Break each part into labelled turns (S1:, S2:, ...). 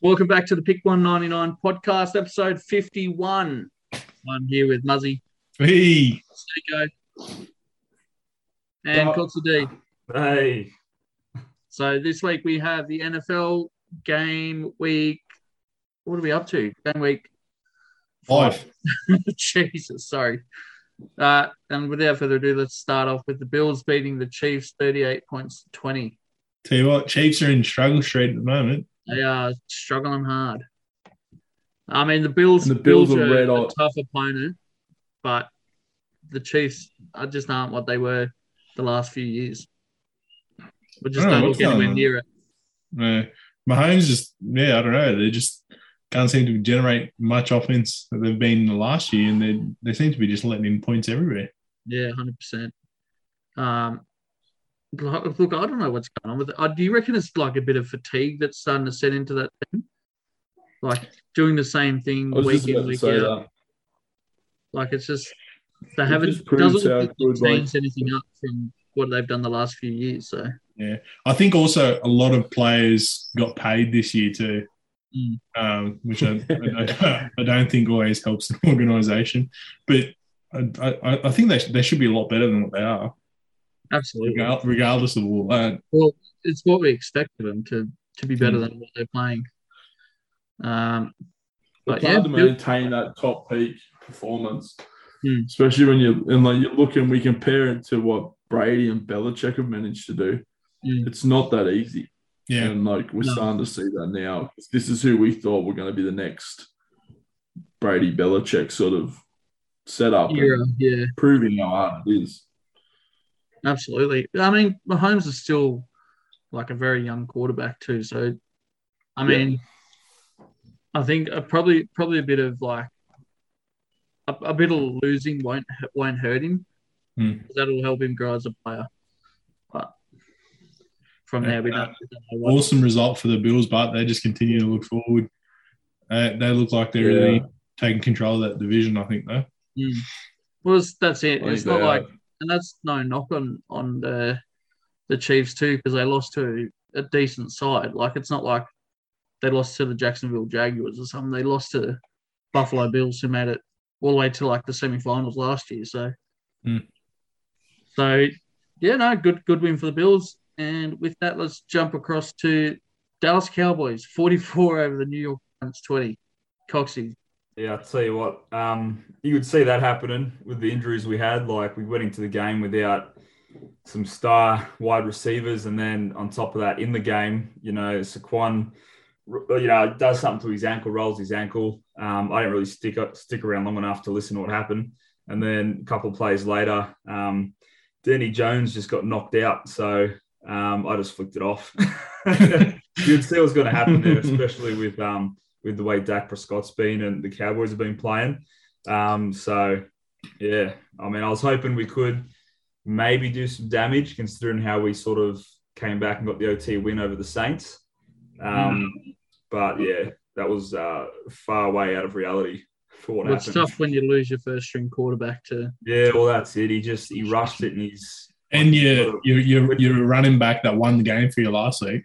S1: Welcome back to the Pick 199 podcast, episode 51. I'm here with Muzzy,
S2: Hey,
S1: Nico, and
S2: Oh.
S1: Coxie D.
S3: Hey,
S1: So this week we have the NFL game week. What are we up to? Game week.
S2: five.
S1: Jesus, sorry. Uh, and without further ado, let's start off with the Bills beating the Chiefs 38 points to 20.
S2: Tell you what, Chiefs are in struggle street at the moment.
S1: They are struggling hard. I mean, the Bills,
S3: And the Bills are red
S1: a
S3: hot.
S1: tough opponent, but the Chiefs are just aren't what they were the last few years. We just
S2: I don't know
S1: don't
S2: Oh, what's
S1: look anywhere
S2: going on.
S1: near it.
S2: Uh, Mahomes just, yeah, I don't know. They just can't seem to generate much offense that they've been in the last year, and they they seem to be just letting in points everywhere.
S1: Yeah, hundred percent. Um, look, look, I don't know what's going on with it. Uh, do you reckon it's like a bit of fatigue that's starting to set into that team? Like doing the same thing
S3: I was
S1: week
S3: just
S1: in,
S3: about to
S1: week
S3: say
S1: out.
S3: that.
S1: Like it's just they
S3: It
S1: haven't
S3: just proves
S1: doesn't
S3: how
S1: look like
S3: good,
S1: they've
S3: like-
S1: changed anything up from what they've done the last few years. So
S2: I think also a lot of players got paid this year too,
S1: Mm.
S2: um, which I, I, I don't think always helps an organisation. But I, I, I think they, they should be a lot better than what they are,
S1: absolutely,
S2: regal- regardless of all that.
S1: it's what we expect of them to to be
S3: Hmm.
S1: better than what they're playing. Um,
S3: It's
S1: but yeah,
S3: hard to
S1: Bill-
S3: maintain that top peak performance,
S1: Hmm.
S3: especially when you and like you look and we compare it to what Brady and Belichick have managed to do.
S1: Mm.
S3: It's not that easy,
S2: Yeah,
S3: and like we're
S1: No.
S3: starting to see that now. This is who we thought were going to be the next Brady Belichick sort of setup,
S1: era,
S3: and
S1: yeah.
S3: proving how hard it is.
S1: Absolutely. I mean, Mahomes is still like a very young quarterback too. So, I
S3: Yeah.
S1: mean, I think uh probably probably a bit of like a, a bit of losing won't won't hurt him.
S2: Hmm.
S1: That'll help him grow as a player. But from there,
S3: uh,
S1: we don't, we don't know what.
S2: awesome result for the Bills, but they just continue to look forward. Uh, they look like they're
S3: Yeah.
S2: really taking control of that division, I think, though.
S1: Hmm. Well, it's, that's it.
S3: I
S1: It's
S3: think
S1: not
S3: they
S1: like
S3: are.
S1: and that's no knock on on the the Chiefs too because they lost to a decent side. Like it's not like they lost to the Jacksonville Jaguars or something. They lost to Buffalo Bills who made it all the way to like the semifinals last year. So,
S2: Hmm.
S1: so yeah, no, good good win for the Bills. And with that, let's jump across to Dallas Cowboys forty four over the New York Giants twenty. Coxie,
S4: Yeah, I'll tell you what, um, you could see that happening with the injuries we had. Like, we went into the game without some star wide receivers. And then on top of that, in the game, you know, Saquon, you know, does something to his ankle, rolls his ankle. Um, I didn't really stick stick around long enough to listen to what happened. And then a couple of plays later, um, Danny Jones just got knocked out. So um, I just flicked it off. You'd see what's going to happen there, especially with. Um, with the way Dak Prescott's been and the Cowboys have been playing. Um, so, yeah, I mean, I was hoping we could maybe do some damage considering how we sort of came back and got the OT win over the Saints.
S1: Hmm.
S4: Um, But yeah, that was uh, far way out of reality for what
S1: it's
S4: happened.
S1: tough when you lose your first string quarterback to
S4: Yeah, well, that's it. He just he rushed it and he's
S2: And you, you, you, you're running back that won the game for you last week.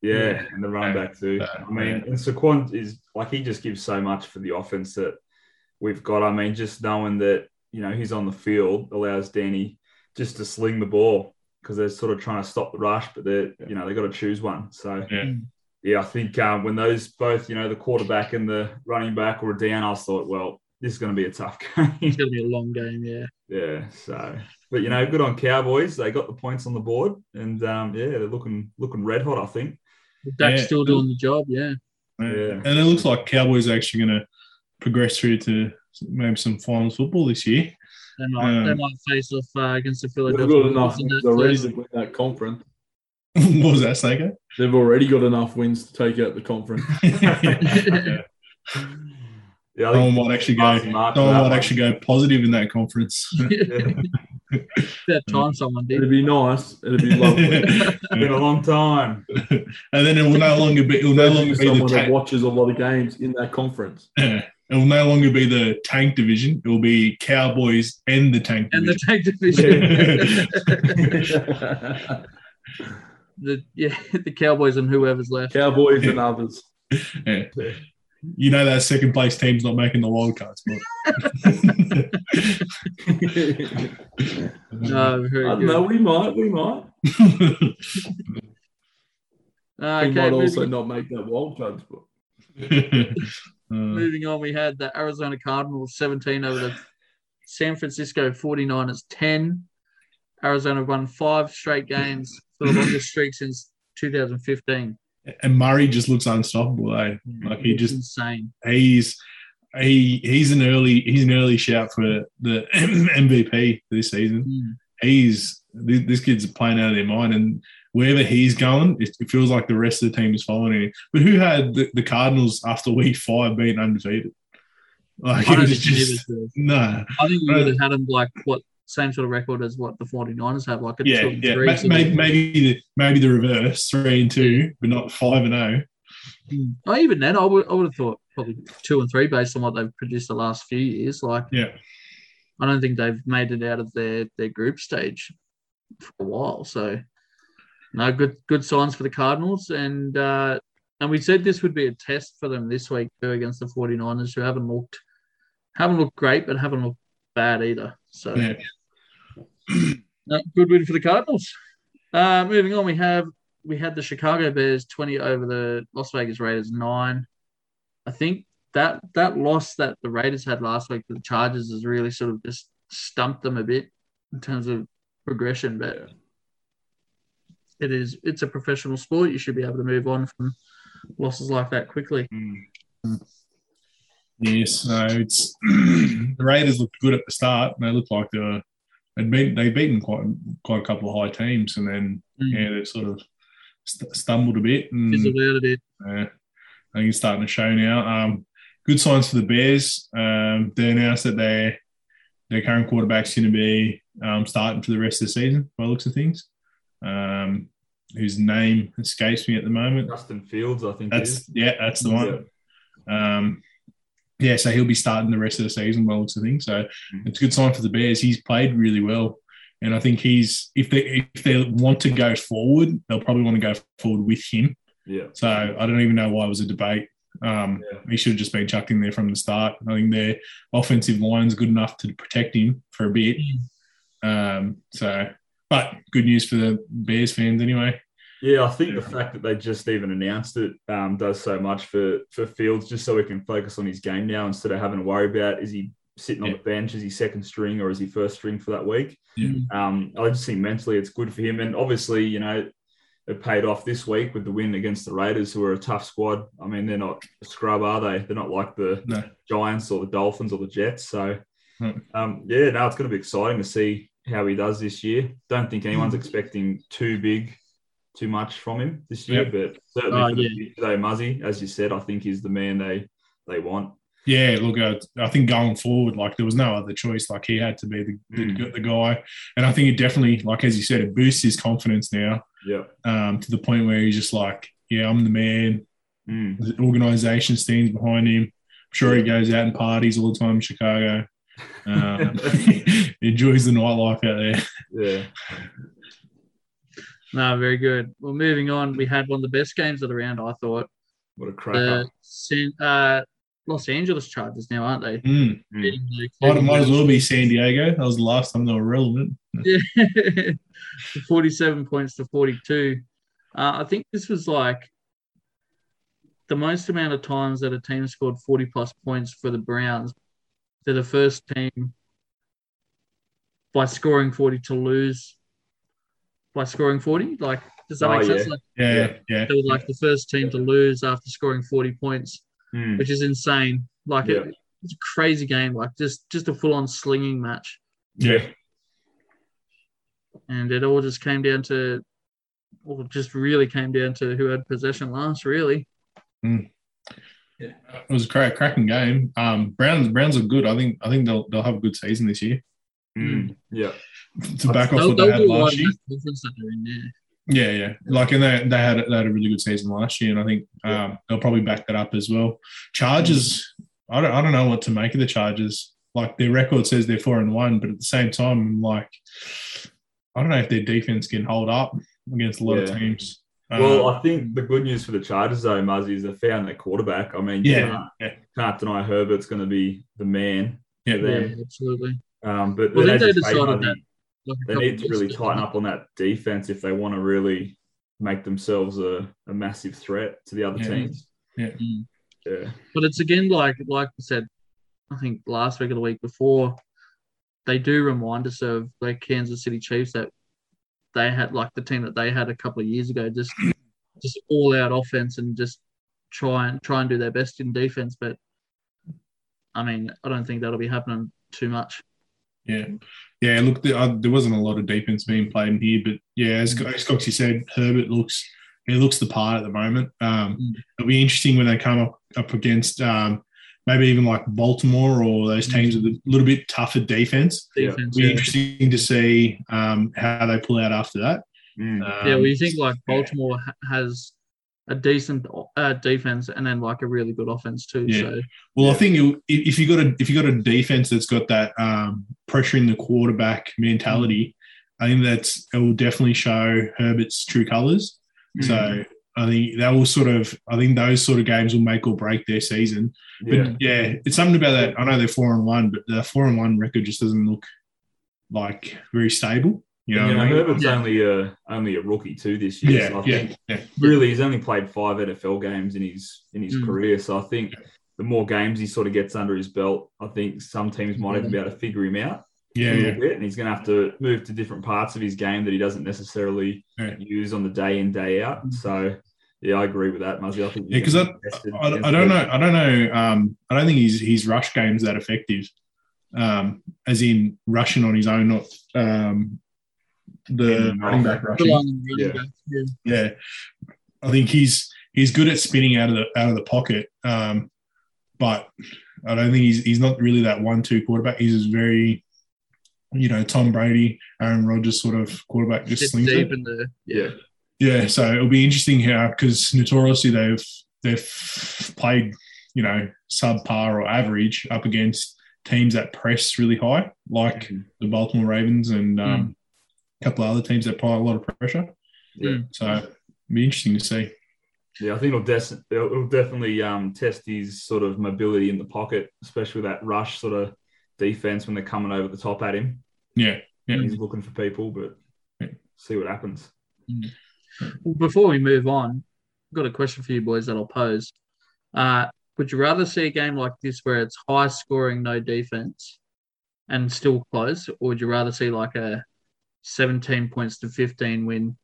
S4: Yeah, and the running
S2: Yeah.
S4: back too.
S2: Yeah.
S4: I mean, and Saquon is like he just gives so much for the offense that we've got. I mean, just knowing that you know he's on the field allows Danny just to sling the ball because they're sort of trying to stop the rush, but they're you know they got to choose one. So
S2: Yeah.
S4: yeah, I think um, when those both you know the quarterback and the running back were down, I thought, well, this is going to be a tough game.
S1: it's going to be a long game. Yeah.
S4: yeah, so. But you know, good on Cowboys. They got the points on the board, and um, yeah, they're looking looking red hot. I think.
S1: Dak's
S2: Yeah.
S1: still doing the job. Yeah.
S4: Yeah.
S2: And it looks like Cowboys are actually going to progress through to maybe some finals football this year.
S1: They might, they
S2: Um,
S1: might face off uh, against the
S3: They've
S1: Philadelphia.
S3: got enough
S1: Eagles in
S3: wins
S1: that
S3: already
S1: first-
S3: to win that conference.
S2: what was that, Snake?
S3: They've already got enough wins to take out the conference.
S2: yeah.
S4: Yeah, I
S2: Someone
S4: think
S2: might actually go.
S4: Mark for
S2: Someone
S4: that
S2: might
S4: one.
S2: actually go positive in that conference.
S1: that
S3: Hmm.
S1: time someone did.
S3: It'd be nice. It'd be lovely.
S4: It's been a
S2: and
S4: long time.
S2: then it will no longer be. It will no longer be the
S3: someone
S2: ta-
S3: that watches a lot of games in that conference.
S2: Yeah. It will no longer be the tank division. It will be Cowboys and the tank
S1: And the
S2: division.
S1: tank division.
S3: Cowboys
S1: the, yeah, the Cowboys and whoever's left.
S3: and others.
S2: Yeah. You know that second place team's not making the wild cards, but
S1: No,
S3: Hmm. I
S1: Oh, very
S3: don't
S1: good.
S3: know. We might. We might.
S1: Uh,
S3: we
S1: okay,
S3: might
S1: moving,
S3: also not make that wild card spot.
S2: Uh,
S1: moving on, we had the Arizona Cardinals 17 over the San Francisco 49ers 10. Arizona won five straight games for the longest streak since 2015.
S2: and Murray just looks unstoppable. Eh? Like he
S1: It's
S2: just
S1: insane.
S2: he's he he's an early he's an early shout for the MVP this season.
S1: Mm.
S2: He's thi- this kid's playing out of their mind, and wherever he's going, it, it feels like the rest of the team is following him. But who had the, the Cardinals after week five being undefeated? Like
S1: I
S2: it
S1: don't
S2: was
S1: think he
S2: just
S1: was there.
S2: no,
S1: I think we
S2: Right.
S1: would have had him like what same sort of record as what the 49ers have, like a
S2: yeah,
S1: two and
S2: yeah.
S1: three.
S2: Ma-
S1: sort of-
S2: Maybe maybe the, maybe the reverse three and two, but not five and oh. zero.
S1: Mm. Oh, even then, I would I would have thought probably two and three based on what they've produced the last few years. Like
S2: Yeah,
S1: I don't think they've made it out of their their group stage for a while. So no good good signs for the Cardinals and uh and we said this would be a test for them this week too against the 49ers who haven't looked haven't looked great but haven't looked bad either. So
S2: yeah.
S1: no, good win for the Cardinals. Uh, moving on, we have we had the Chicago Bears twenty over the Las Vegas Raiders nine. I think that that loss that the Raiders had last week to the Chargers has really sort of just stumped them a bit in terms of progression. But
S3: Yeah.
S1: it is it's a professional sport. You should be able to move on from losses like that quickly.
S4: Mm.
S2: Yes, no, it's the Raiders looked good at the start. and They looked like they were they'd beat they'd beaten quite quite a couple of high teams, and then
S1: Mm.
S2: yeah, they sort of st- stumbled a bit. And
S1: Fizzled out a bit.
S2: yeah, I think it's starting to show now. Um, good signs for the Bears. Um, they announced that their their current quarterback's going to be um, starting for the rest of the season, by the looks of things. Um, whose name escapes me at the moment.
S4: Justin Fields, I think. it
S2: That's
S4: is.
S2: yeah, that's the one. Um, yeah, so he'll be starting the rest of the season by the looks of things. So it's a good sign for the Bears. He's played really well, and I think he's if they if they want to go forward, they'll probably want to go forward with him.
S4: Yeah.
S2: So I don't even know why it was a debate. Um,
S4: Yeah.
S2: He should have just been chucked in there from the start. I think their offensive line's good enough to protect him for a bit. Um, so, but good news for the Bears fans anyway.
S4: Yeah, I think the fact that they just even announced it um, does so much for for Fields, just so he can focus on his game now instead of having to worry about is he sitting on
S2: Yeah.
S4: the bench, is he second string, or is he first string for that week.
S2: Yeah.
S4: Um, I just think mentally it's good for him, and obviously you know it paid off this week with the win against the Raiders, who are a tough squad. I mean, they're not a scrub, are they? They're not like the
S2: No.
S4: Giants or the Dolphins or the Jets. So,
S2: Hmm.
S4: um, yeah, no, it's going to be exciting to see how he does this year. Don't think
S1: Hmm.
S4: anyone's expecting too big, too much from him this year, but certainly
S1: Oh,
S4: for the
S1: yeah.
S4: future, though, Muzzy, as you said, I think is the man they they want.
S2: Yeah, look, I, I think going forward, like there was no other choice. Like he had to be the, the,
S4: Mm.
S2: the guy, and I think it definitely, like as you said, it boosts his confidence now
S4: Yeah.
S2: um, to the point where he's just like, yeah, I'm the man.
S4: Mm.
S2: The organization stands behind him. I'm sure he goes out and parties all the time in Chicago. Um, enjoys the nightlife out there.
S4: Yeah.
S1: No, very good. Well, moving on, we had one of the best games of the round. I thought
S4: What a cracker.
S1: the San- uh, Los Angeles Chargers now, aren't they?
S2: Mm.
S4: Mm.
S2: Might, might as well be San Diego. That was the last time they were relevant.
S1: Yeah. 47 points to 42. Uh, I think this was like the most amount of times that a team scored 40 plus points for the Browns. They're the first team by scoring 40 to lose by scoring 40. Like, does that
S4: Oh,
S1: make sense?
S4: yeah.
S1: Like,
S2: Yeah, yeah.
S1: they were like the first team to lose after scoring 40 points.
S4: Mm.
S1: which is insane. Like
S4: Yeah.
S1: it, it's a crazy game, like just just a full on slinging match,
S2: Yeah.
S1: and it all just came down to, or just really came down to who had possession last, really.
S2: It was a cra- cracking game. Um, Browns Browns are good. I think I think they'll they'll have a good season this year.
S1: hmm.
S4: Mm. Yeah.
S2: to back off
S1: They'll,
S2: what they
S1: they'll
S2: had
S1: do all
S2: last
S1: that
S2: year.
S1: conference that they're in there.
S2: Yeah, yeah. Like, and they, they had they had a really good season last year, and I think
S4: Yeah.
S2: um, they'll probably back that up as well. Chargers, I don't, I don't know what to make of the Chargers. Like their record says they're four and one, but at the same time, I'm like, I don't know if their defense can hold up against a lot of
S4: Yeah.
S2: teams. Um,
S4: Well,
S1: Uh,
S4: I think the good news for the Chargers, though, Muzzy, is they found their quarterback. I mean, you
S2: Yeah,
S4: can't,
S2: yeah.
S4: can't deny Herbert's going to be the man.
S2: Yeah.
S4: for them.
S1: Yeah, absolutely.
S4: Um, but
S1: Well,
S4: but
S1: I think
S4: as
S1: they
S4: you say,
S1: decided
S4: Muzzy,
S1: that. Like a
S4: they
S1: couple
S4: need to
S1: of
S4: really
S1: years ago.
S4: tighten up on that defense if they want to really make themselves a, a massive threat to the other
S2: Yeah.
S4: teams.
S1: Mm.
S4: Yeah.
S1: But it's again like like I said, I think last week or the week before, they do remind us of the Kansas City Chiefs that they had like the team that they had a couple of years ago, just just all out offense and just try and try and do their best in defense. But I mean, I don't think that'll be happening too much.
S2: Yeah. Yeah, look, there, uh, there wasn't a lot of defense being played in here, but yeah, as,
S1: Mm.
S2: as Coxie said, Herbert looks he looks the part at the moment. Um,
S1: Mm.
S2: It'll be interesting when they come up, up against um, maybe even like Baltimore or those teams with a little bit tougher defense.
S4: Yeah.
S1: Defense,
S2: It'll be
S1: Mm. yeah.
S2: interesting to see um, how they pull out after that.
S4: Mm.
S2: Um,
S1: yeah, well, you think like
S2: yeah.
S1: Baltimore ha- has a decent uh, defense and then like a really good offense too.
S2: Yeah.
S1: So
S2: Well, I think you- if if you got a if you got a defense that's got that um, pressuring the quarterback mentality, I think that's it will definitely show Herbert's true colors. So I think that will sort of I think those sort of games will make or break their season. But
S4: yeah.
S2: yeah, it's something about that. I know they're four and one, but the four and one record just doesn't look like very stable. You know,
S4: You
S2: what
S4: know,
S2: I mean?
S4: Herbert's
S1: Yeah.
S4: only a only a rookie too this year. so
S2: yeah,
S4: I
S2: yeah,
S4: think
S2: yeah,
S4: really he's only played five NFL games in his in his
S1: Mm.
S4: career. So I think the more games he sort of gets under his belt, I think some teams might even be able to figure him out
S2: yeah,
S4: a
S2: yeah.
S4: little bit, and he's going to have to move to different parts of his game that he doesn't necessarily
S2: Yeah. Mm-hmm.
S4: use on the day in day out. So yeah, I agree with that, Muzzy. I think
S2: Yeah, 'cause I- I, I don't know. I don't know. Um, I don't think his his rush game's that effective, um, as in rushing on his own, not um, the
S4: Yeah.
S2: running back
S1: Rely
S2: rushing.
S1: on the running
S4: Yeah.
S1: back, yeah.
S2: Yeah, I think he's he's good at spinning out of the out of the pocket, um, but I don't think he's he's not really that one two quarterback. He's just very, you know, Tom Brady, Aaron Rodgers sort of quarterback, just
S1: Sit
S2: slings it.
S1: deep in the
S4: Yeah,
S2: Yeah, so it'll be interesting how because notoriously they've they've played you know subpar or average up against teams that press really high, like
S4: Mhm.
S2: the Baltimore Ravens and um, a couple of other teams that apply a lot of pressure.
S4: yeah.
S2: So it'll be interesting to see.
S4: Yeah, I think it'll, des- it'll it'll definitely um, test his sort of mobility in the pocket, especially with that rush sort of defense when they're coming over the top at him.
S2: Yeah, yeah.
S4: He's looking for people, but
S2: Yeah.
S4: see what happens.
S1: Well, Before we move on, I've got a question for you boys that I'll pose. Uh, would you rather see a game like this where it's high scoring, no defense, and still close, or would you rather see like a 17 points to 15 win,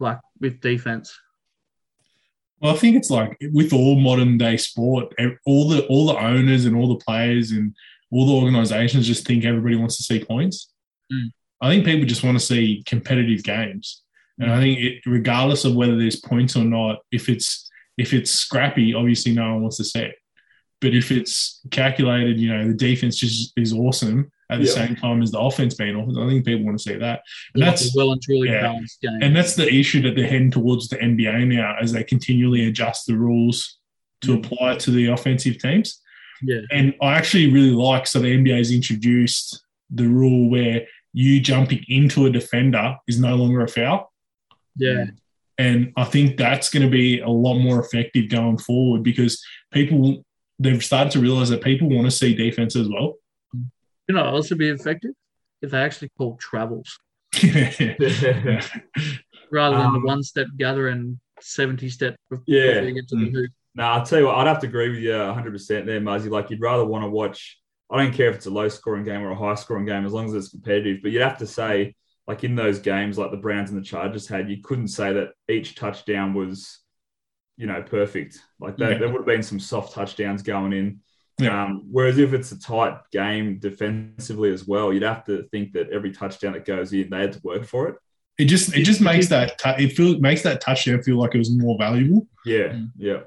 S1: like with defense?
S2: Well, I think it's like with all modern day sport, ev- all the all the owners and all the players and all the organizations just think everybody wants to see points.
S1: Mm.
S2: I think people just want to see competitive games, and I think it, regardless of whether there's points or not, if it's if it's scrappy, obviously no one wants to see it. But if it's calculated, you know, the defense just is awesome at the
S4: Yeah.
S2: same time as the offense being awesome. I think people want to see that, and
S1: Like
S2: that's
S1: a well and truly
S2: yeah.
S1: balanced game.
S2: and that's the issue that they're heading towards the NBA now as they continually adjust the rules to apply to the offensive teams.
S1: yeah.
S2: And I actually really like so the NBA's introduced the rule where you jumping into a defender is no longer a foul.
S1: Yeah.
S2: And I think that's going to be a lot more effective going forward because people they've started to realize that people want to see defense as well.
S1: You know, also be effective if they actually call travels
S2: yeah.
S4: yeah,
S1: rather than
S4: Um,
S1: the one step gather and 70 step before you get to the
S2: Mm.
S1: hoop.
S4: No, I'll tell you what, I'd have to agree with you 100% there, Muzzy. Like, you'd rather want to watch, I don't care if it's a low scoring game or a high scoring game, as long as it's competitive. But you'd have to say, like, in those games, like the Browns and the Chargers had, you couldn't say that each touchdown was, you know, perfect. Like, that,
S2: Yeah.
S4: there would have been some soft touchdowns going in.
S2: Yeah.
S4: Um, whereas if it's a tight game defensively as well, you'd have to think that every touchdown that goes in, they had to work for it.
S2: It just it just makes that tu- it feel makes that touchdown feel like it was more valuable.
S4: Yeah.
S1: Mm.
S4: Yeah.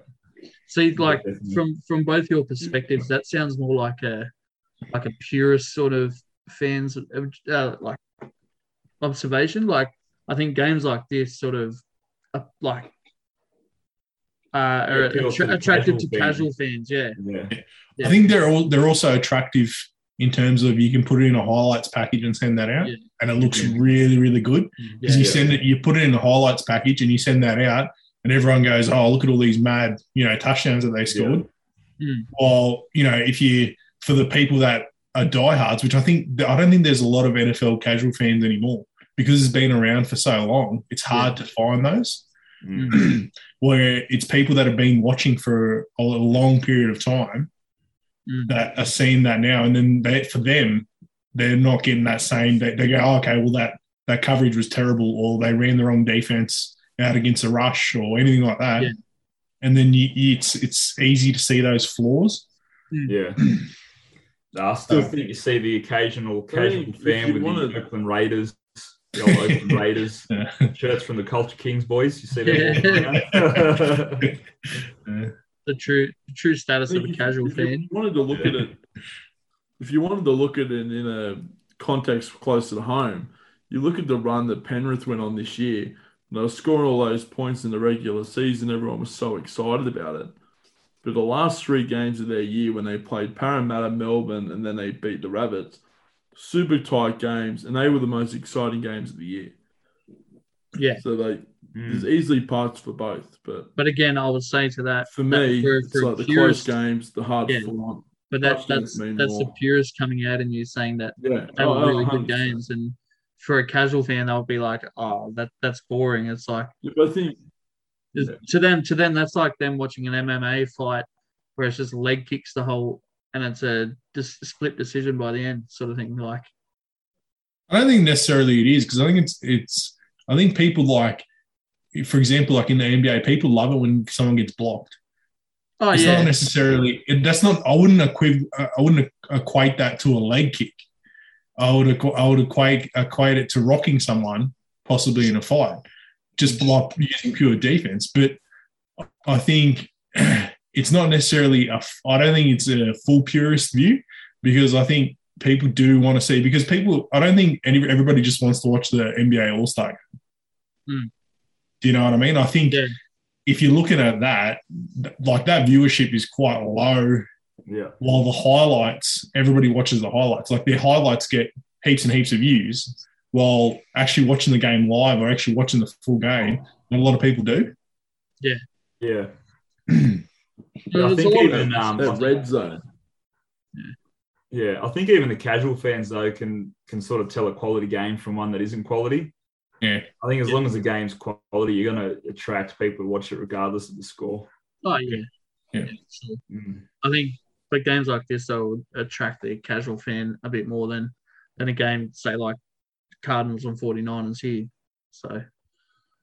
S1: See, like
S4: definitely.
S1: from from both your perspectives, that sounds more like a like a purist sort of fans uh, like observation. Like I think games like this sort of uh, like uh, are
S4: appeals to
S1: attra-
S4: the
S1: attractive to
S4: casual fan.
S1: casual fans. Yeah,
S4: Yeah.
S2: I
S1: Yeah.
S2: think they're all they're also attractive in terms of you can put it in a highlights package and send that out,
S1: Yeah.
S2: and it looks
S3: Yeah.
S2: really, really good.
S1: Yeah.
S2: Because you
S3: Yeah.
S2: send it, you put it in the highlights package, and you send that out, and everyone goes, "Oh, look at all these mad, you know, touchdowns that they scored."
S1: Mm.
S2: Well, you know, if you for the people that are diehards, which I think I don't think there's a lot of NFL casual fans anymore because it's been around for so long. It's hard to find those
S4: Mm.
S2: where it's people that have been watching for a long period of time
S1: Mm.
S2: that are seeing that now, and then they, for them, they're not getting that same. They, they go, oh, okay, well that that coverage was terrible, or they ran the wrong defense out against a rush, or anything like that.
S1: Yeah.
S2: And then you, it's it's easy to see those flaws.
S4: Yeah. I still think you see the occasional casual
S3: mean, if
S4: fan
S3: you
S4: with
S3: wanted-
S4: the Oakland Raiders, the old Oakland Raiders
S2: Yeah.
S4: shirts from the Culture Kings boys. You see that? Yeah.
S1: the true the true status of
S3: If
S1: a
S3: you-
S1: casual
S3: if you
S1: fan.
S3: wanted to look at it, if you wanted to look at it in a context closer to home, you look at the run that Penrith went on this year. And they were scoring all those points in the regular season. Everyone was so excited about it. But the last three games of their year, when they played Parramatta, Melbourne, and then they beat the Rabbits, super tight games, and they were the most exciting games of the year.
S1: Yeah.
S3: So they,
S4: Mm.
S3: there's easily parts for both. But
S1: But again, I would say to that,
S3: for me,
S1: for-
S3: it's
S1: for
S3: like the
S1: purist-
S3: close games, the hard
S1: Yeah.
S3: fought.
S1: but that,
S3: Touchdowns
S1: that's
S3: mean
S1: that's the
S3: more.
S1: purist coming out in you saying that
S3: Yeah,
S1: they were
S3: Oh,
S1: really good
S3: 100%.
S1: games, and for a casual fan, they'll be like, "Oh, that that's boring." It's like
S3: Yeah, but I think
S1: Is-
S3: Yeah.
S1: To them, to them, that's like them watching an MMA fight where it's just leg kicks the whole, and it's a dis- split decision by the end, sort of thing. Like,
S2: I don't think necessarily it is because I think it's it's I think people like, for example, like in the NBA, people love it when someone gets blocked.
S1: oh
S2: it's
S1: yeah,
S2: not necessarily it, that's not i wouldn't equiv- i wouldn't e-, equate that to a leg kick i would equ- i would equate equate it to rocking someone possibly in a fight just like using pure defense but i think it's not necessarily a f- i don't think it's a full purist view because i think people do want to see because people i don't think any, everybody just wants to watch the nba all-star game
S1: Hmm.
S2: do you know what i mean i think
S1: yeah,
S2: if you're looking at that, th- like that viewership is quite low.
S4: yeah.
S2: While the highlights, everybody watches the highlights. Like their highlights get heaps and heaps of views. While actually watching the game live or actually watching the full game, not a lot of people do.
S4: Yeah.
S1: There's
S4: I
S1: a
S4: think
S1: lot of-
S4: even um, I
S3: that
S4: think-
S3: red zone.
S4: yeah, I think even the casual fans though can can sort of tell a quality game from one that isn't quality.
S2: Yeah.
S4: I think as long as the game's quality, you're going to attract people to watch it regardless of the score.
S1: oh yeah.
S2: Yeah.
S1: So
S4: Mm.
S1: I think like games like this, though, would attract the casual fan a bit more than than a game say like Cardinals on 49ers here. So,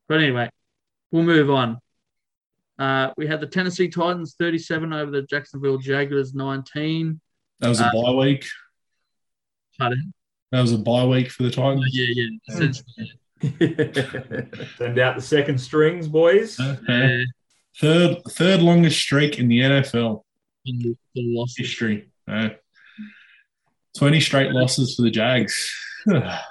S1: but anyway, we'll move on. Uh, we had the Tennessee Titans 37 over the Jacksonville Jaguars 19.
S2: That was a
S1: Uh,
S2: bye week.
S1: Pardon?
S2: That was a bye week for the
S1: Oh,
S2: Titans.
S1: yeah, yeah.
S4: Hmm.
S1: Essentially,
S4: Send out the second strings, boys.
S2: Okay. Third, third longest streak in the NFL
S1: in the, the loss.
S2: history. Uh, Twenty straight losses for the Jags.
S4: How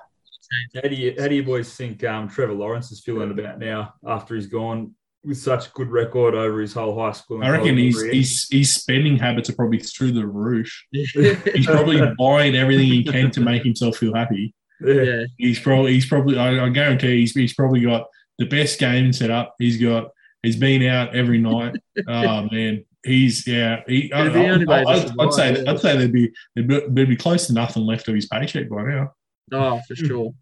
S4: do you how do you boys think um, Trevor Lawrence is feeling about now after he's gone with such good record over his whole high school? and
S2: I reckon
S4: college
S2: his
S4: career?
S2: his his spending habits are probably through the roof.
S1: yeah,
S2: He's probably buying everything he can to make himself feel happy.
S4: yeah.
S1: yeah,
S2: He's probably he's probably I, I guarantee he's he's probably got the best game set up. He's got he's been out every night. oh man, he's yeah. He, I,
S1: It'd be
S2: I-
S1: only way to
S2: I'd, I'd say
S1: survive, yeah.
S2: I'd say there'd be there'd be- there'd be close to nothing left of his paycheck by now.
S1: oh, for
S4: Hmm.
S1: sure.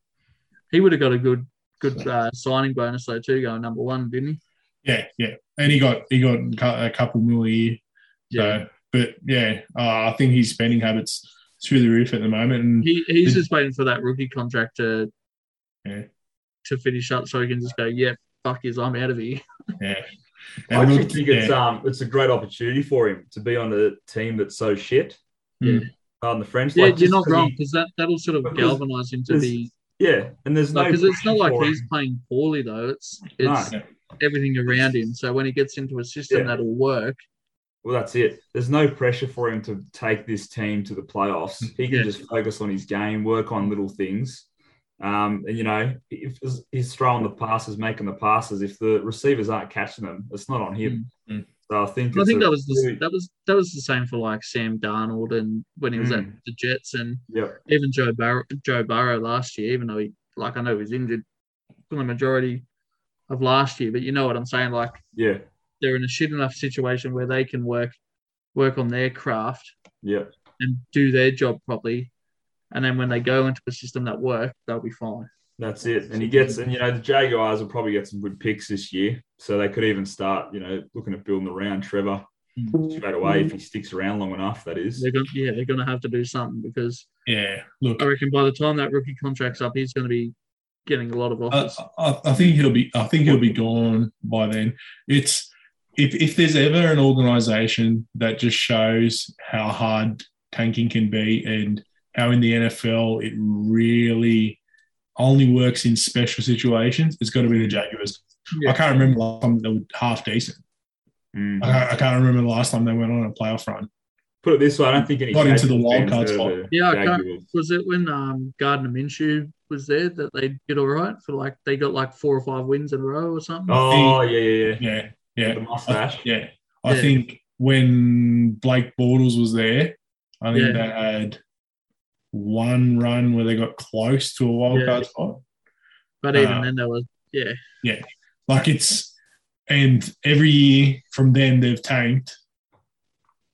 S1: He would have got a good, good uh, signing bonus though too, going number one, didn't
S2: Yeah, yeah. And he got he got cu- a couple more a year.
S1: he?
S2: So, but yeah, uh, I think his spending habits through the roof at the moment. And
S1: he he's just waiting for that rookie contract to
S2: Yeah.
S1: to finish up, so he can just go, yeah, fuck is I'm out of here.
S2: yeah, And
S4: I actually
S2: look,
S4: think
S2: yeah.
S4: it's um it's a great opportunity for him to be on a team that's so shit.
S2: Yeah.
S4: Pardon the French.
S1: Yeah,
S4: like,
S1: you're
S4: just
S1: not
S4: 'cause
S1: wrong
S4: he-
S1: because that that'll sort of
S4: Because
S1: galvanise him to
S4: there's
S1: be
S4: yeah, and there's no
S1: because it's not
S4: pressure
S1: like
S4: for
S1: he's
S4: him.
S1: playing poorly though. It's
S4: No.
S1: it's everything around him. So when he gets into a system
S4: Yeah.
S1: that'll work,
S4: Well, that's it. There's no pressure for him to take this team to the playoffs. He can
S1: Yeah.
S4: just focus on his game, work on little things. Um, and you know, if he's throwing the passes, making the passes, if the receivers aren't catching them, it's not on him.
S2: Mm,
S4: So I think
S1: Mm-hmm. I
S4: it's
S1: think
S4: a
S1: that was the,
S4: really-
S1: that was that was the same for like Sam Darnold and when he was at
S4: Mm.
S1: the Jets and
S4: Yep.
S1: even Joe Burrow, Joe Burrow last year, even though he like I know he was injured for the majority of last year, but you know what I'm saying? Like
S4: Yeah.
S1: they're in a shit enough situation where they can work work on their craft
S4: Yep.
S1: and do their job properly, and then when they go into a system that works, they'll be fine.
S4: That's it. And he gets, and you know, the Jaguars will probably get some good picks this year. So they could even start, you know, looking at building around Trevor straight away if he sticks around long enough. That is.
S1: They're gonna Mm-hmm. yeah they're gonna have to do something because
S2: Yeah, look,
S1: I reckon by the time that rookie contract's up, he's gonna be getting a lot
S4: Uh,
S1: of
S2: I,
S1: offers.
S2: I, I think he'll be. I think he'll be gone by then. It's if if there's ever an organisation that just shows how hard tanking can be and how in the NFL it really only works in special situations, it's got to be the Jaguars.
S1: Yeah.
S2: I can't remember last time they were half decent.
S4: Mm.
S2: I can't, I can't remember the last time they went on a playoff run.
S4: Put it this way, I don't think any
S2: Got into the
S4: Jaguars
S2: wild
S4: fans
S2: card
S4: are
S2: spot.
S4: the
S1: Yeah, I can't-
S4: Jaguars.
S1: was it when um, Gardner Minshew was there that they did all right for like they got like four or five wins in a row or something?
S4: Oh yeah, yeah,
S2: Yeah,
S4: yeah.
S2: yeah.
S4: The
S2: I
S4: mustache.
S2: th- yeah, I
S1: Yeah.
S2: think when Blake Bortles was there, I think
S1: Yeah.
S2: they had one run where they got close to a wild
S1: Yeah.
S2: card spot.
S1: But even
S2: uh,
S1: then, there was
S2: Like it's and every year from then they've tanked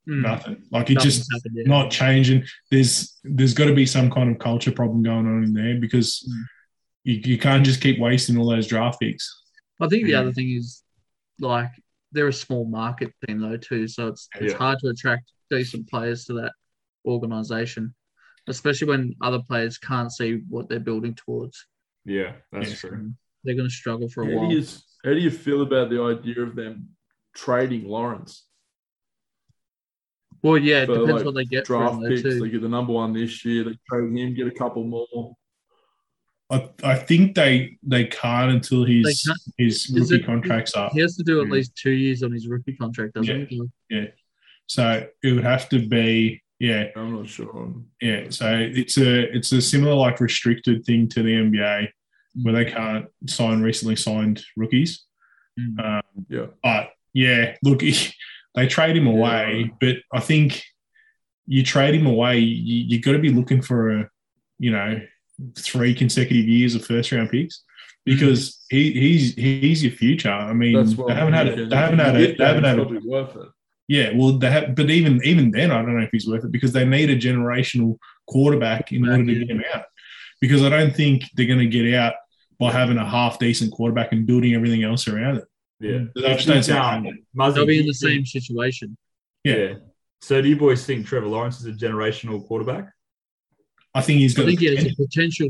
S1: mm,
S2: nothing. Like it
S1: nothing's
S2: just
S1: happened yet.
S2: not changing. There's there's got to be some kind of culture problem going on in there because
S1: Mm.
S2: you, you can't just keep wasting all those draft picks.
S1: I think the
S4: Mm.
S1: other thing is like they're a small market team though too, so it's it's
S4: Yeah.
S1: hard to attract decent players to that organization, especially when other players can't see what they're building towards.
S4: Yeah, that's
S2: Yeah.
S4: true.
S1: They're going to struggle for
S3: How
S1: a
S3: do,
S1: while.
S3: you, how do you feel about the idea of them trading Lawrence?
S1: Well, yeah, it
S3: for,
S1: depends
S3: like,
S1: what they get for him
S3: Draft
S1: though
S3: picks,
S1: too.
S3: they get the number one this year. They trade him, get a couple more.
S2: I, I think they they can't until his
S1: can't.
S2: his
S1: Is
S2: rookie
S1: it-
S2: contracts up.
S1: he has to do at
S4: Mm.
S1: least two years on his rookie contract, doesn't
S2: Yeah.
S1: he?
S2: So it would have to be, yeah,
S3: I'm not sure.
S1: Mm,
S3: on-
S2: yeah. So it's a it's a similar like restricted thing to the NBA where they can't sign recently signed rookies.
S1: Mm.
S2: Um,
S3: Yeah.
S2: But yeah, look, they trade him away, but I think you trade him away, you, you got to be looking for a, you know, three consecutive years of first round picks. Because he, he's he's your future. I mean,
S3: Mm. That's what
S2: they haven't had a,
S3: thinking.
S2: they haven't had
S3: If
S2: a,
S3: you
S2: they haven't
S3: get
S2: had
S3: him,
S2: a
S3: it's probably worth it.
S2: yeah, well, they have, but even even then, I don't know if he's worth it because they need a generational quarterback in
S1: Back,
S2: order to
S1: yeah.
S2: get him out. Because I don't think they're going to get out by having a half decent quarterback and building everything else around it.
S4: Yeah.
S2: I just don't see it
S4: Um,
S2: happening.
S4: Muzzy,
S1: They'll
S4: do
S1: be in
S4: you
S1: the
S4: think-
S1: same situation.
S2: Yeah.
S4: yeah. So do you boys think Trevor Lawrence is a generational quarterback?
S2: I think he's got.
S1: I think
S2: the
S1: he has the
S2: potential-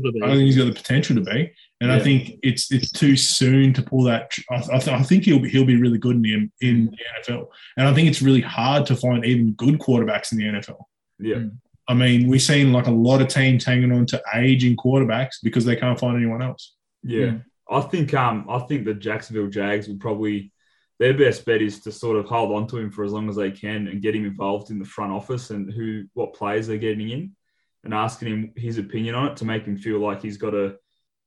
S1: potential to
S2: I think
S1: be.
S2: he's got the potential to be, and I
S4: Yeah.
S2: think it's it's too soon to pull that. tr- I, I, th- I think he'll be, he'll be really good in the, in the NFL, and I think it's really hard to find even good quarterbacks in the NFL. Mm.
S4: Yeah.
S2: I mean, we've seen like a lot of teams hanging on to aging quarterbacks because they can't find anyone else.
S4: Yeah.
S2: Mm.
S4: I think um I think the Jacksonville Jags would probably their best bet is to sort of hold on to him for as long as they can and get him involved in the front office and who what players they're getting in and asking him his opinion on it to make him feel like he's got a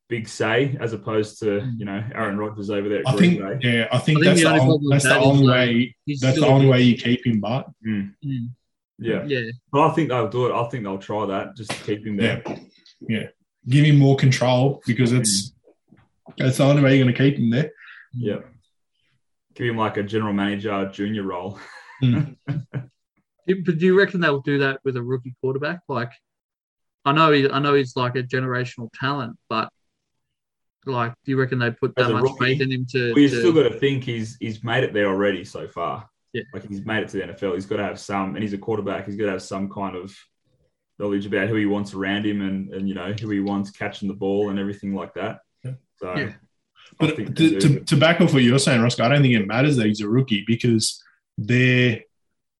S4: big say as opposed to, you know, Aaron Rodgers over there at
S2: Mm. I
S4: Green
S2: think,
S4: Bay.
S2: yeah, I think
S1: I think
S2: that's
S1: the
S2: the,
S1: only
S2: only,
S1: problem
S2: that's the
S1: with that is,
S2: only
S1: like,
S2: way.
S1: He's
S2: That's the
S1: still-
S2: only way you keep him, but
S4: Mm,
S1: Mm,
S4: yeah.
S1: Yeah.
S4: But I think they'll do it. I think they'll try that just to keep him there.
S2: give him more control because that's
S1: Mm.
S2: that's the only way you're going to keep him there.
S4: Yeah. Give him like a general manager junior role.
S2: Mm.
S1: Do- But do you reckon they'll do that with a rookie quarterback? Like, I know, he, I know he's like a generational talent, but like, do you reckon they put
S4: As
S1: that
S4: a
S1: much
S4: rookie,
S1: faith in him to?
S4: Well, you've
S1: to-
S4: still got to think he's he's made it there already so far.
S1: Yeah.
S4: Like he's made it to the NFL. He's got to have some, and he's a quarterback. He's got to have some kind of knowledge about who he wants around him, and and you know who he wants catching the ball and everything like that.
S2: Yeah.
S4: So,
S1: Yeah.
S4: I
S2: But
S4: think
S2: to,
S4: they
S2: to,
S4: do.
S2: to back off what you're saying, Roscoe, I don't think it matters that he's a rookie because they're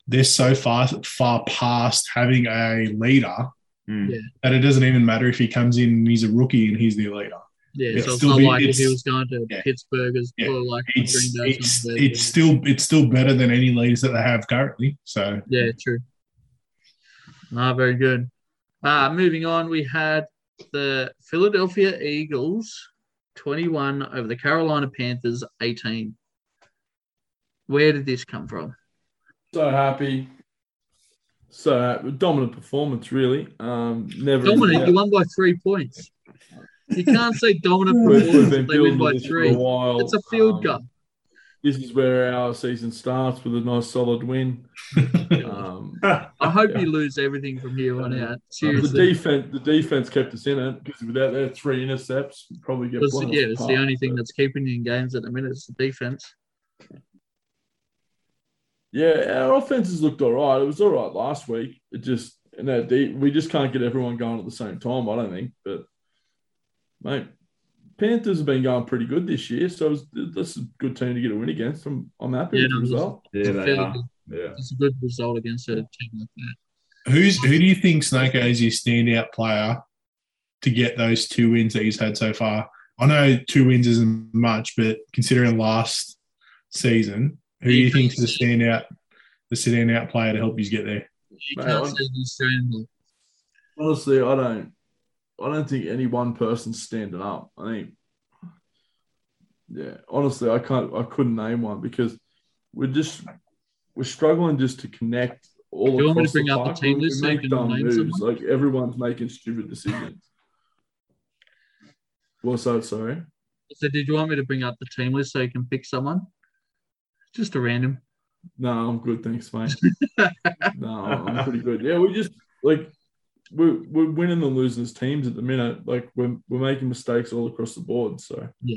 S2: they're so far far past having a leader
S4: Mm.
S1: Yeah.
S2: that it doesn't even matter if he comes in and he's a rookie and he's their leader.
S1: yeah,
S2: it's
S1: so it's
S2: still
S1: not
S2: be-
S1: like if he
S2: it's-
S1: was going to
S2: yeah.
S1: Pittsburgh as
S2: Yeah.
S1: or like
S2: it's
S1: Green Bay. or
S2: it's,
S1: something.
S2: it's still it's still better than any leaders that they have currently. So
S1: Yeah, true. Ah, very good. Uh, moving on, we had the Philadelphia Eagles 21 over the Carolina Panthers 18. Where did this come from?
S3: So happy. So happy. dominant performance, really. Um, never.
S1: Dominant, you won by three points. You can't say dominant
S3: We've- we've
S1: performance.
S3: been
S1: if They win by
S3: building this for
S1: three.
S3: a while.
S1: It's a field
S3: Um,
S1: goal.
S3: This is where our season starts with a nice solid win. Um,
S1: I hope
S3: yeah.
S1: you lose everything from here on out.
S3: the
S1: Seriously.
S3: defense, the defense kept us in it because without their three intercepts, we'd probably get.
S1: Because,
S3: blown
S1: yeah, it's the
S3: apart.
S1: only thing
S3: But-
S1: that's keeping you in games at the minute is the defense.
S3: Yeah, our offenses looked all right. It was all right last week. It just and that deep, we just can't get everyone going at the same time. I don't think, but mate, Panthers have been going pretty good this year. So it was, this is a good team to get a win against. I'm I'm happy
S1: Yeah,
S3: with the
S1: I'm just-
S3: result.
S4: Yeah,
S1: It's a
S4: they
S1: fairly
S4: are.
S1: good-
S4: Yeah.
S1: It's a good result against a team like that.
S2: Who's who do you think Snake is your standout player to get those two wins that he's had so far? I know two wins isn't much, but considering last season, who do you think is the standout the standout player to help you get there?
S1: You
S3: Mate,
S1: can't
S3: I'm-
S1: say the Australian league.
S3: Honestly, I don't I don't think any one person's standing up. I think yeah, honestly, I can't I couldn't name one because we're just we're struggling just to connect all
S1: Do you want me to
S3: across
S1: bring up the
S3: park.
S1: team
S3: We- we
S1: list so you
S3: make
S1: can
S3: dumb
S1: name
S3: moves.
S1: someone?
S3: Like everyone's making stupid decisions. What's that? Sorry.
S1: So, did you want me to bring up the team list so you can pick someone? Just a random.
S3: No, I'm good, thanks, mate. no, I'm pretty good. Yeah, we just like we're, we're winning and losing as teams at the minute. Like we're we're making mistakes all across the board. So
S1: Yeah.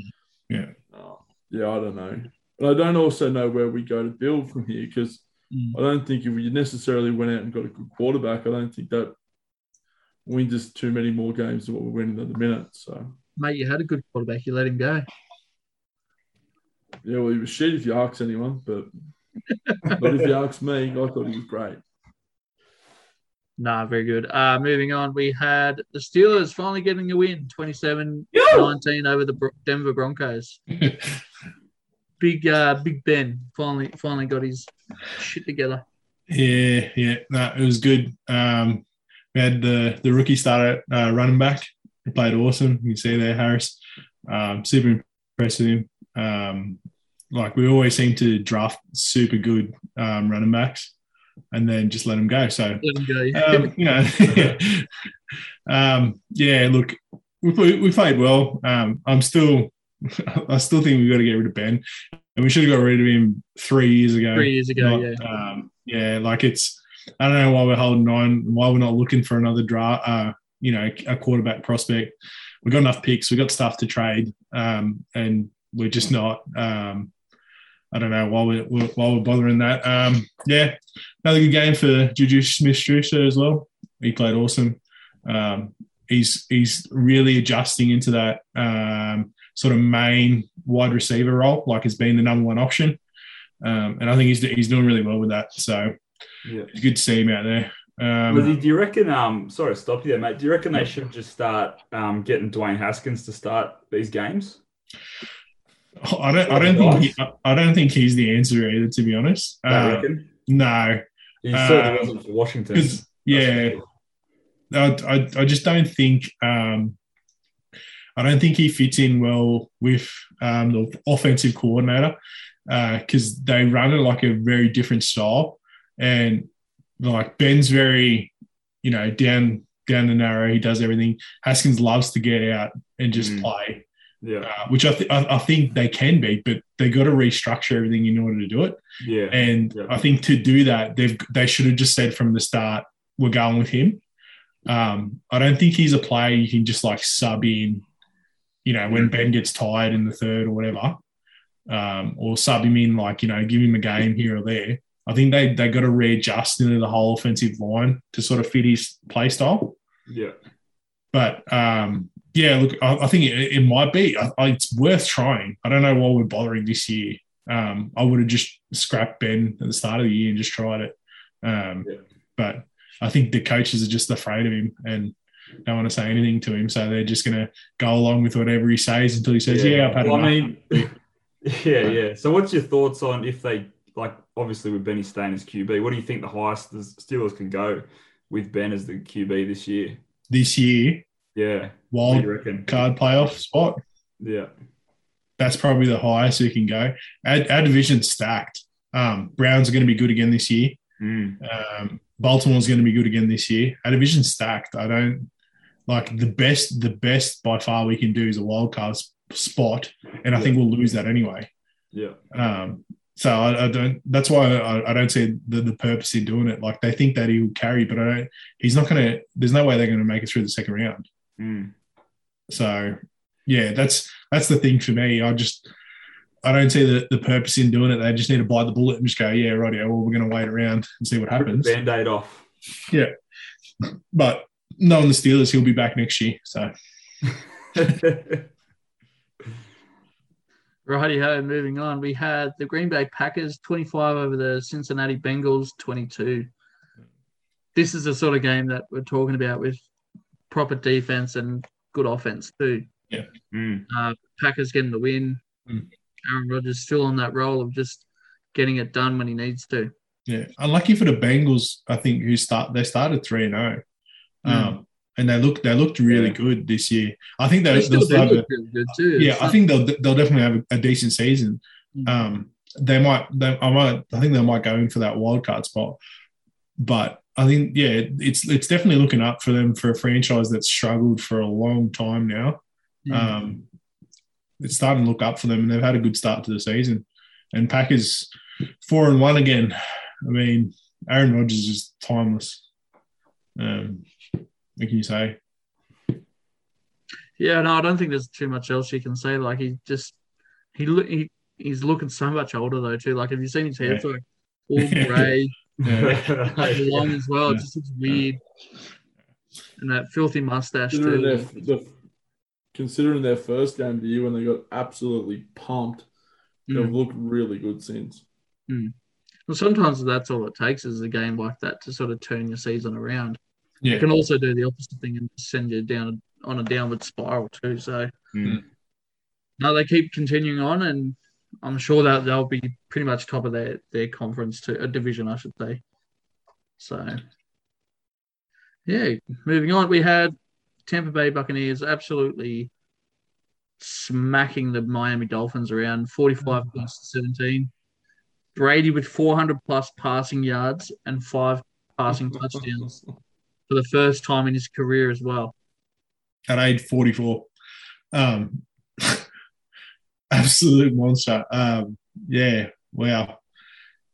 S2: Yeah.
S3: Uh, yeah, I don't know, and I don't also know where we go to build from here because
S1: Mm.
S3: I don't think if we necessarily went out and got a good quarterback, I don't think that wins us too many more games than what we're winning at the minute. So
S1: Mate, you had a good quarterback. You let him go.
S3: yeah, well, he was shit if you ask anyone, but but if you ask me, I thought he was great.
S1: Nah, very good. Uh, moving on, we had the Steelers finally getting a win 27 19 over the Bro- Denver Broncos. Big uh, Big Ben finally finally got his shit together.
S2: Yeah, yeah, no, it was good. Um, we had the the rookie starter uh, running back. He played awesome. You can see there, Harris. Um, super impressed with him. Um, like we always seem to draft super good um, running backs, and then just let them go. So
S1: Let him go.
S2: um, you know, um, yeah. Look, we, play- we played well. Um, I'm still, I still think we've got to get rid of Ben, and we should have got rid of him three years ago
S1: Three years ago,
S2: not,
S1: yeah.
S2: Um, yeah, like it's I don't know why we're holding on, why we're not looking for another draft, uh, you know, a quarterback prospect. We've got enough picks, we've got stuff to trade, um, and we're just not. Um, I don't know why we're, we're why we're bothering that. Um, yeah, another good game for Juju Smith-Schuster as well. He played awesome. Um, he's he's really adjusting into that um, sort of main wide receiver role, like has been the number one option. Um, and I think he's he's doing really well with that. So
S4: Yeah.
S2: it's good to see him out there.
S4: Well,
S2: Um,
S4: do do you reckon? Um, sorry, to stop you there, mate. Do you reckon they should just start um, getting Dwayne Haskins to start these games?
S2: I don't I don't think he, I don't think he's the answer either. To be honest,
S4: I
S2: uh,
S4: reckon
S2: no,
S4: he
S2: uh,
S4: certainly wasn't for Washington.
S2: 'cause- yeah,
S4: That's for sure.
S2: I, I I just don't think um, I don't think he fits in well with um, the offensive coordinator because they run it like a very different style, and like Ben's very, you know, down down the narrow. He does everything. Haskins loves to get out and just
S4: Mm.
S2: play.
S4: yeah,
S2: uh, which I, th- I I think they can be, but they got to restructure everything in order to do it.
S4: yeah.
S2: And
S4: Yeah.
S2: I think to do that, they've they should have just said from the start, we're going with him. Um, I don't think he's a player you can just like sub in, you know, when Ben gets tired in the third or whatever, um, or sub him in like you know, give him a game here or there. I think they they got to readjust into the whole offensive line to sort of fit his play style.
S4: yeah.
S2: But um, yeah, look, I, I think it, it might be. I, I, it's worth trying. I don't know why we're bothering this year. Um, I would have just scrapped Ben at the start of the year and just tried it. Um,
S4: Yeah.
S2: But I think the coaches are just afraid of him and don't want to say anything to him, so they're just going to go along with whatever he says until he says, "Yeah, I've had
S4: well,
S2: enough."
S4: I mean, yeah, yeah. So, what's your thoughts on if they like? Obviously, with Benny staying as QB, what do you think the highest the Steelers can go with Ben as the QB this year?
S2: this year,
S4: Yeah, what
S2: wild
S4: do you reckon?
S2: card playoff spot.
S4: Yeah,
S2: That's probably the highest we can go. Our, our division's stacked. Um, Browns are going to be good again this year.
S4: Mm.
S2: Um, Baltimore's going to be good again this year. Our division's stacked. I don't like the best. The best by far we can do is a wild card s- spot, and I think we'll lose that anyway.
S3: Yeah.
S2: Um, so I, I don't. That's why I, I don't see the, the purpose in doing it. Like they think that he will carry, but I don't. He's not going to. There's no way they're going to make it through the second round.
S4: Mm.
S2: So yeah, that's that's the thing for me. I just I don't see the, the purpose in doing it. They just need to bite the bullet and just go, yeah, right, yeah, well, we're gonna wait around and see what
S4: Rip
S2: happens.
S4: the band-aid off.
S2: But knowing the Steelers, he'll be back next year. So
S1: Rightio, moving on. We had the Green Bay Packers 25 over the Cincinnati Bengals 22. This is the sort of game that we're talking about with proper defense and good offense, too.
S4: Mm.
S1: Uh, Packers getting the win.
S2: Mm.
S1: Aaron Rodgers still on that role of just getting it done when he needs to.
S2: yeah. Unlucky for the Bengals, I think who start they started three and oh. Um and they looked they looked really
S4: Yeah.
S2: good this year. I think they,
S1: They
S2: will
S1: still
S2: start
S1: do
S2: a-
S1: look pretty good, too.
S2: yeah,
S1: It's
S2: I
S1: not-
S2: think they'll they'll definitely have a, a decent season.
S1: Mm.
S2: Um, they might, they, I might, I think they might go in for that wild card spot. But I think, yeah, it- it's it's definitely looking up for them for a franchise that's struggled for a long time now.
S1: Mm.
S2: Um, it's starting to look up for them, and they've had a good start to the season. And Packers four and one again. I mean, Aaron Rodgers is timeless. Um, what can you say?
S1: Yeah, no, I don't think there's too much else you can say. Like he just he loo- he he's looking so much older though too. Like have you seen his hair?
S2: Yeah.
S1: It's like all grey, like, long as well. It
S2: Yeah.
S1: just looks weird. And that filthy mustache
S3: Considering their,
S1: too.
S3: the, considering their first game of the year when they got absolutely pumped, they've
S1: Mm.
S3: looked really good since.
S1: Well, sometimes that's all it takes is a game like that to sort of turn your season around.
S2: Yeah,
S1: It can also do the opposite thing and send you down on a downward spiral too. So
S4: Mm.
S1: no, they keep continuing on, and I'm sure that they'll be pretty much top of their their conference to a division, I should say. So, yeah, moving on, we had Tampa Bay Buccaneers absolutely smacking the Miami Dolphins around 45 plus to 17. Brady with 400 plus passing yards and five passing touchdowns for the first time in his career as well.
S2: at age 44. Um, absolute monster. Um, yeah, wow.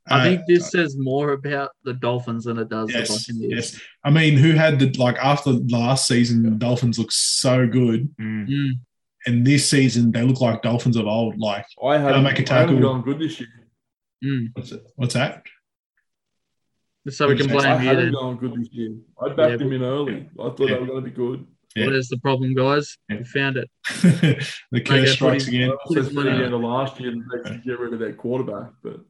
S1: I
S2: Uh,
S1: think this says more about the Dolphins than it does the
S2: yes,
S1: Buccaneers.
S2: yes. I mean, who had the like after last season, the Dolphins looked so good,
S4: Mm.
S1: Mm.
S2: and this season they look like Dolphins of old. Like,
S3: I
S2: They'll
S3: haven't,
S2: make a
S3: I haven't
S2: tackle.
S3: gone good this year.
S1: Mm.
S2: what's it, what's that?
S1: So we can
S2: Exactly.
S1: blame
S3: I
S1: you
S3: haven't
S1: then.
S3: gone good this year. I backed
S1: Yeah.
S3: him in early. I thought
S2: Yeah.
S3: they were going to be good.
S2: Yeah.
S1: What is the problem, guys?
S2: Yeah.
S1: We found it.
S2: the curse
S1: yeah,
S2: strikes
S1: pretty-
S2: again.
S3: I also
S1: Put
S3: said
S1: his money
S3: at the
S1: down.
S3: end of last year that they should get rid of their quarterback, but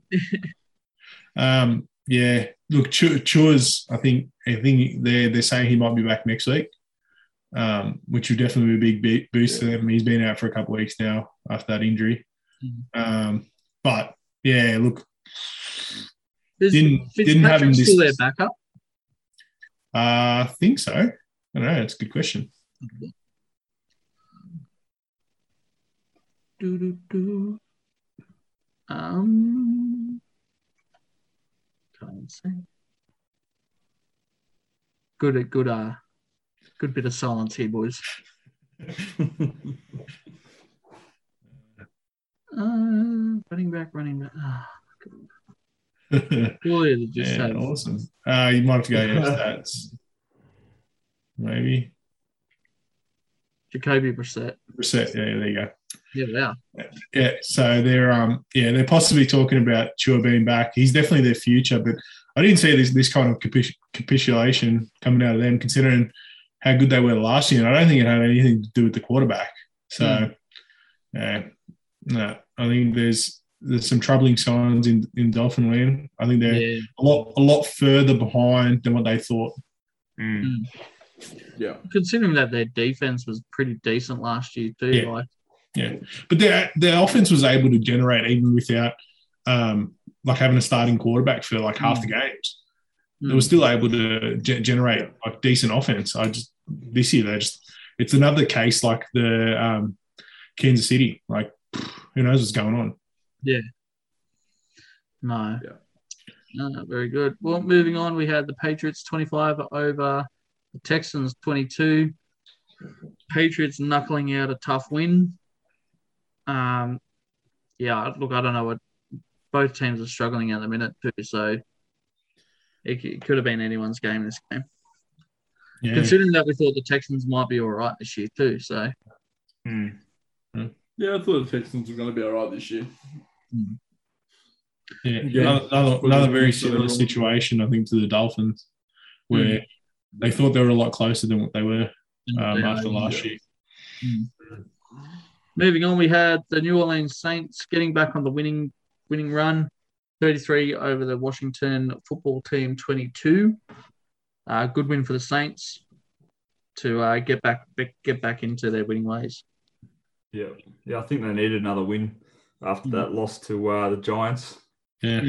S2: Um, yeah, look, Chu- Chua's. I think I think they they're saying he might be back next week, um, which will definitely be a big be- boost to them. He's been out for a couple of weeks now after that injury.
S1: Mhm.
S2: Um, but yeah, look,
S1: Is
S2: Didn't-
S1: Fitzpatrick
S2: didn't have him this-
S1: still their backup?
S2: uh, I think so. I don't know. It's a good question.
S1: Do, do, do. Um, can't see. Good, good, uh, good bit of silence here, boys. Uh, running back, running back. Ah, surely they just
S2: yeah,
S1: have-
S2: awesome. Uh, you might have to go against stats, maybe.
S1: Jacoby Brissett.
S2: Reset. Yeah, there you go.
S1: Yeah, wow.
S2: Yeah, so they're um yeah they're possibly talking about Chua being back. He's definitely their future, but I didn't see this this kind of capitu- capitulation coming out of them, considering how good they were last year. And I don't think it had anything to do with the quarterback. So, yeah, no, I think there's there's some troubling signs in in Dolphin land. I think they're
S1: Yeah.
S2: a lot a lot further behind than what they thought.
S4: Mm.
S3: yeah.
S1: Considering that their defense was pretty decent last year too,
S2: Yeah.
S1: like
S2: But their their offense was able to generate even without um like having a starting quarterback for like half the games. they were
S1: Hmm.
S2: still able to ge- generate like decent offense. I just this year they just it's another case like the um, Kansas City. Like who knows what's going on?
S1: No.
S3: Yeah.
S1: No, very good. Well, moving on, we had the Patriots 25 over the Texans 22. Patriots knuckling out a tough win. Um, yeah, look, I don't know what both teams are struggling at the minute too, so it, c- it could have been anyone's game this game.
S2: Yeah.
S1: Considering that we thought the Texans might be all right this year too, so
S4: Hmm.
S3: Yeah, I thought the Texans were going to be all right this year.
S2: Yeah,
S3: Yeah.
S2: another, another,
S3: For
S2: another
S3: the-
S2: very
S3: for the
S2: similar
S3: Dolphins.
S2: situation, I think, to the Dolphins, where
S1: Hmm.
S2: they thought they were a lot closer than what they were um, after last year.
S1: Moving on, we had the New Orleans Saints getting back on the winning winning run, 33 over the Washington football team 22. Uh, good win for the Saints to uh, get back get back into their winning ways.
S4: Yeah, yeah, I think they needed another win
S2: Mm.
S4: after that loss to uh, the Giants.
S2: Yeah,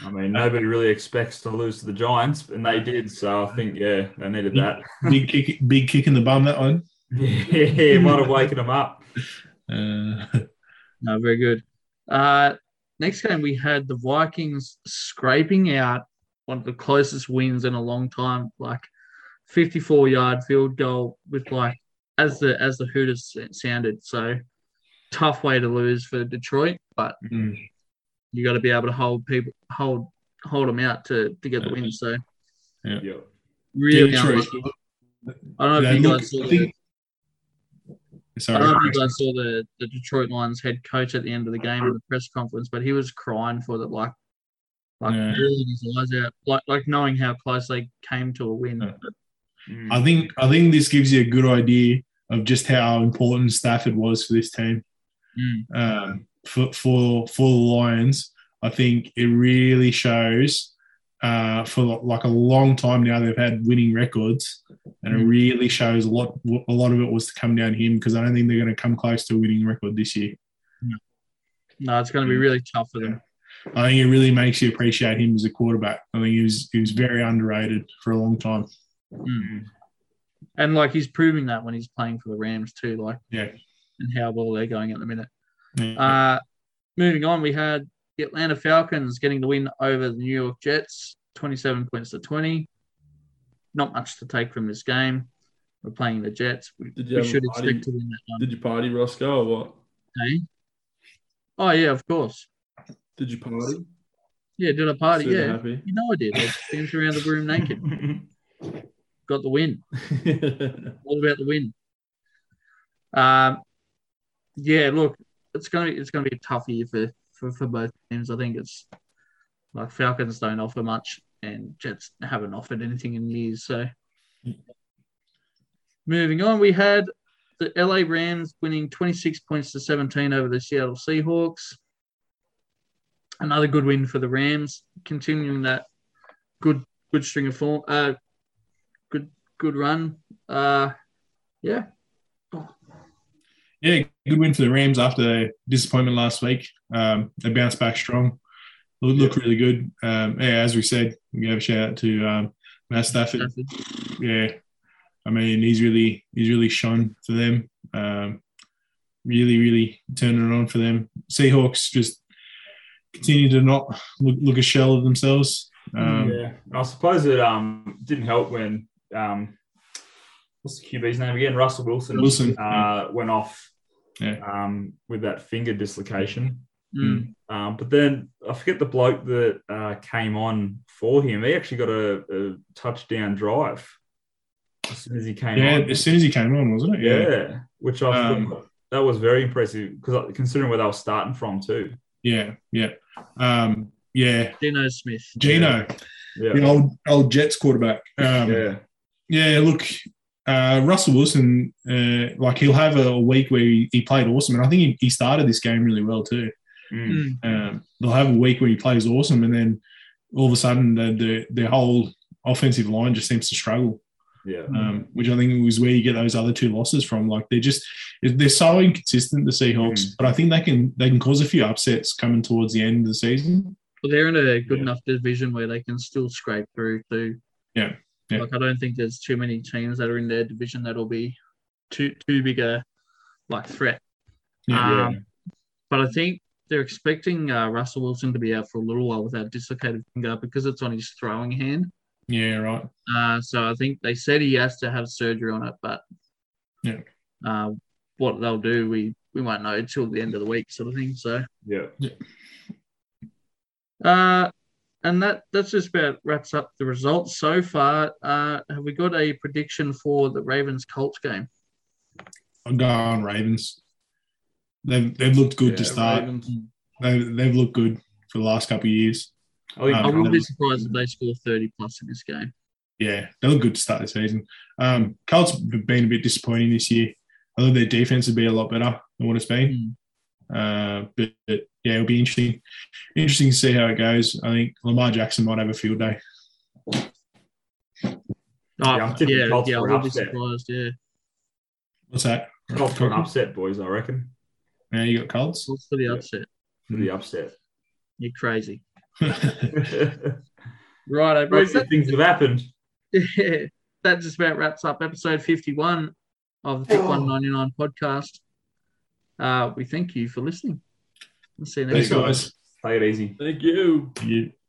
S4: I mean, nobody really expects to lose to the Giants, and they did. So I think, yeah, they needed that.
S2: big kick, big kick in the bum that one.
S4: yeah, might have waken them up.
S2: Uh,
S1: No, very good. Uh, next game, we had the Vikings scraping out one of the closest wins in a long time, like 54 yard field goal with like as the as the Hooters sounded. So tough way to lose for Detroit, but
S2: mm,
S1: you got to be able to hold people hold hold them out to to get the win. So
S4: Yeah,
S1: really
S2: Detroit.
S1: unlucky. I don't know if
S2: They
S1: you
S2: look-
S1: guys saw
S2: I
S1: the,
S2: think-
S1: I don't know
S2: Sorry,
S1: if you guys saw the, the Detroit Lions head coach at the end of the game in the press conference, but he was crying for the like like
S2: Yeah.
S1: bawling his eyes out, like like knowing how close they came to a win.
S2: Yeah.
S4: Mm.
S2: I think I think this gives you a good idea of just how important Stafford was for this team.
S1: Mm.
S2: um, for, for for the Lions, I think it really shows. Uh, for like a long time now, they've had winning records, and it
S1: Mm.
S2: really shows a lot. A lot of it was to come down to him because I don't think they're going to come close to a winning record this year.
S1: No, it's
S2: Mm.
S1: going to be really tough for them.
S2: I think it really makes you appreciate him as a quarterback. I think he was he was very underrated for a long time.
S4: Mm.
S1: And like he's proving that when he's playing for the Rams too, like
S2: Yeah.
S1: and how well they're going at the minute.
S2: Yeah.
S1: Uh, moving on, we had the Atlanta Falcons getting the win over the New York Jets, 27 points to 20. Not much to take from this game. We're playing the Jets. We,
S3: Did
S1: we
S3: you have a
S1: should
S3: party?
S1: expect to win that one.
S3: Did you party, Roscoe, or what?
S1: eh? Oh, yeah, of course.
S3: Did you party?
S1: Yeah, did a party.
S3: Super
S1: yeah,
S3: happy.
S1: you know I did. I danced around the room naked. Got the win. All about the win. Um, yeah, look, it's gonna it's gonna be a tough year for, for, for both teams. I think it's like Falcons don't offer much, and Jets haven't offered anything in years. So, moving on, we had the LA Rams winning twenty six points to seventeen over the Seattle Seahawks. Another good win for the Rams, continuing that good good string of form, uh, good good run. Uh, yeah,
S2: yeah, good win for the Rams after their disappointment last week. Um, they bounced back strong. Look, look really good. Um, yeah, as we said, we gave a shout out to um, Matt Stafford.
S1: Stafford.
S2: yeah, I mean he's really he's really shone for them. Um, really, really turning it on for them. Seahawks just continue to not look, look a shell of themselves. Um,
S4: yeah, and I suppose it um didn't help when um what's the QB's name again? Russell Wilson.
S2: Wilson,
S4: uh, went off
S2: Yeah.
S4: um with that finger dislocation.
S1: Mm.
S4: Um, but then I forget the bloke that uh, came on for him. He actually got a, a touchdown drive as soon as he came
S2: yeah,
S4: on.
S2: as soon as he came on, wasn't it?
S4: yeah. which I
S2: Um,
S4: thought that was very impressive because considering where they were starting from too.
S2: yeah, yeah, um, yeah.
S1: Dino Smith.
S2: Gino,
S4: Yeah,
S2: the old old Jets quarterback. Um,
S4: yeah,
S2: Yeah, look, uh, Russell Wilson, uh, like he'll have a week where he, he played awesome, and I think he, he started this game really well too.
S4: Mm.
S1: Mm.
S2: Um, they'll have a week where he plays awesome, and then all of a sudden, the, the, their whole offensive line just seems to struggle,
S4: yeah,
S2: um, which I think was where you get those other two losses from. Like they're just they're so inconsistent, the Seahawks, but I think they can they can cause a few upsets coming towards the end of the season.
S1: But they're in a good
S2: Yeah.
S1: enough division where they can still scrape through. To
S2: Yeah, yeah.
S1: like I don't think there's too many teams that are in their division that'll be too too big a like threat.
S2: Yeah.
S1: Um, but I think they're expecting uh, Russell Wilson to be out for a little while with that dislocated finger because it's on his throwing hand.
S2: Yeah, right.
S1: Uh, so I think they said he has to have surgery on it, but
S2: Yeah.
S1: uh, what they'll do, we we won't know till the end of the week, sort of thing. So,
S4: Yeah.
S1: uh, and that that's just about wraps up the results so far. Uh, have we got a prediction for the Ravens Colts game?
S2: I'll go on Ravens. They've, they've looked good to
S3: Yeah,
S2: start.
S3: Ravens.
S2: They've, they've looked good for the last couple of years.
S4: I think
S1: I
S2: Um,
S1: wouldn't be surprised if they score thirty plus in this game.
S2: Yeah, they look good to start the season. Um, Colts have been a bit disappointing this year. I thought their defense would be a lot better than what it's been.
S1: Mm.
S2: Uh, but, but, yeah, it'll be interesting. Interesting to see how it goes. I think Lamar Jackson might have a field day.
S1: Oh,
S4: Yeah, I'm tipping
S1: yeah,
S4: Colts
S1: yeah, I
S4: for an
S1: would be
S4: upset.
S1: surprised. Yeah,
S2: What's that?
S4: Colts for an upset, boys. I reckon
S2: Now you got Colts.
S1: Colts for the
S4: Yeah.
S1: upset.
S4: for the upset.
S1: You're crazy.
S4: Crazy
S1: Right, bro.
S4: things have happened.
S1: Yeah, that just about wraps up episode 51 of the Pick 199 podcast. Uh, we thank you for listening. We'll see you next
S2: Thanks,
S1: time.
S2: guys.
S4: Play it easy.
S3: Thank you.
S2: You-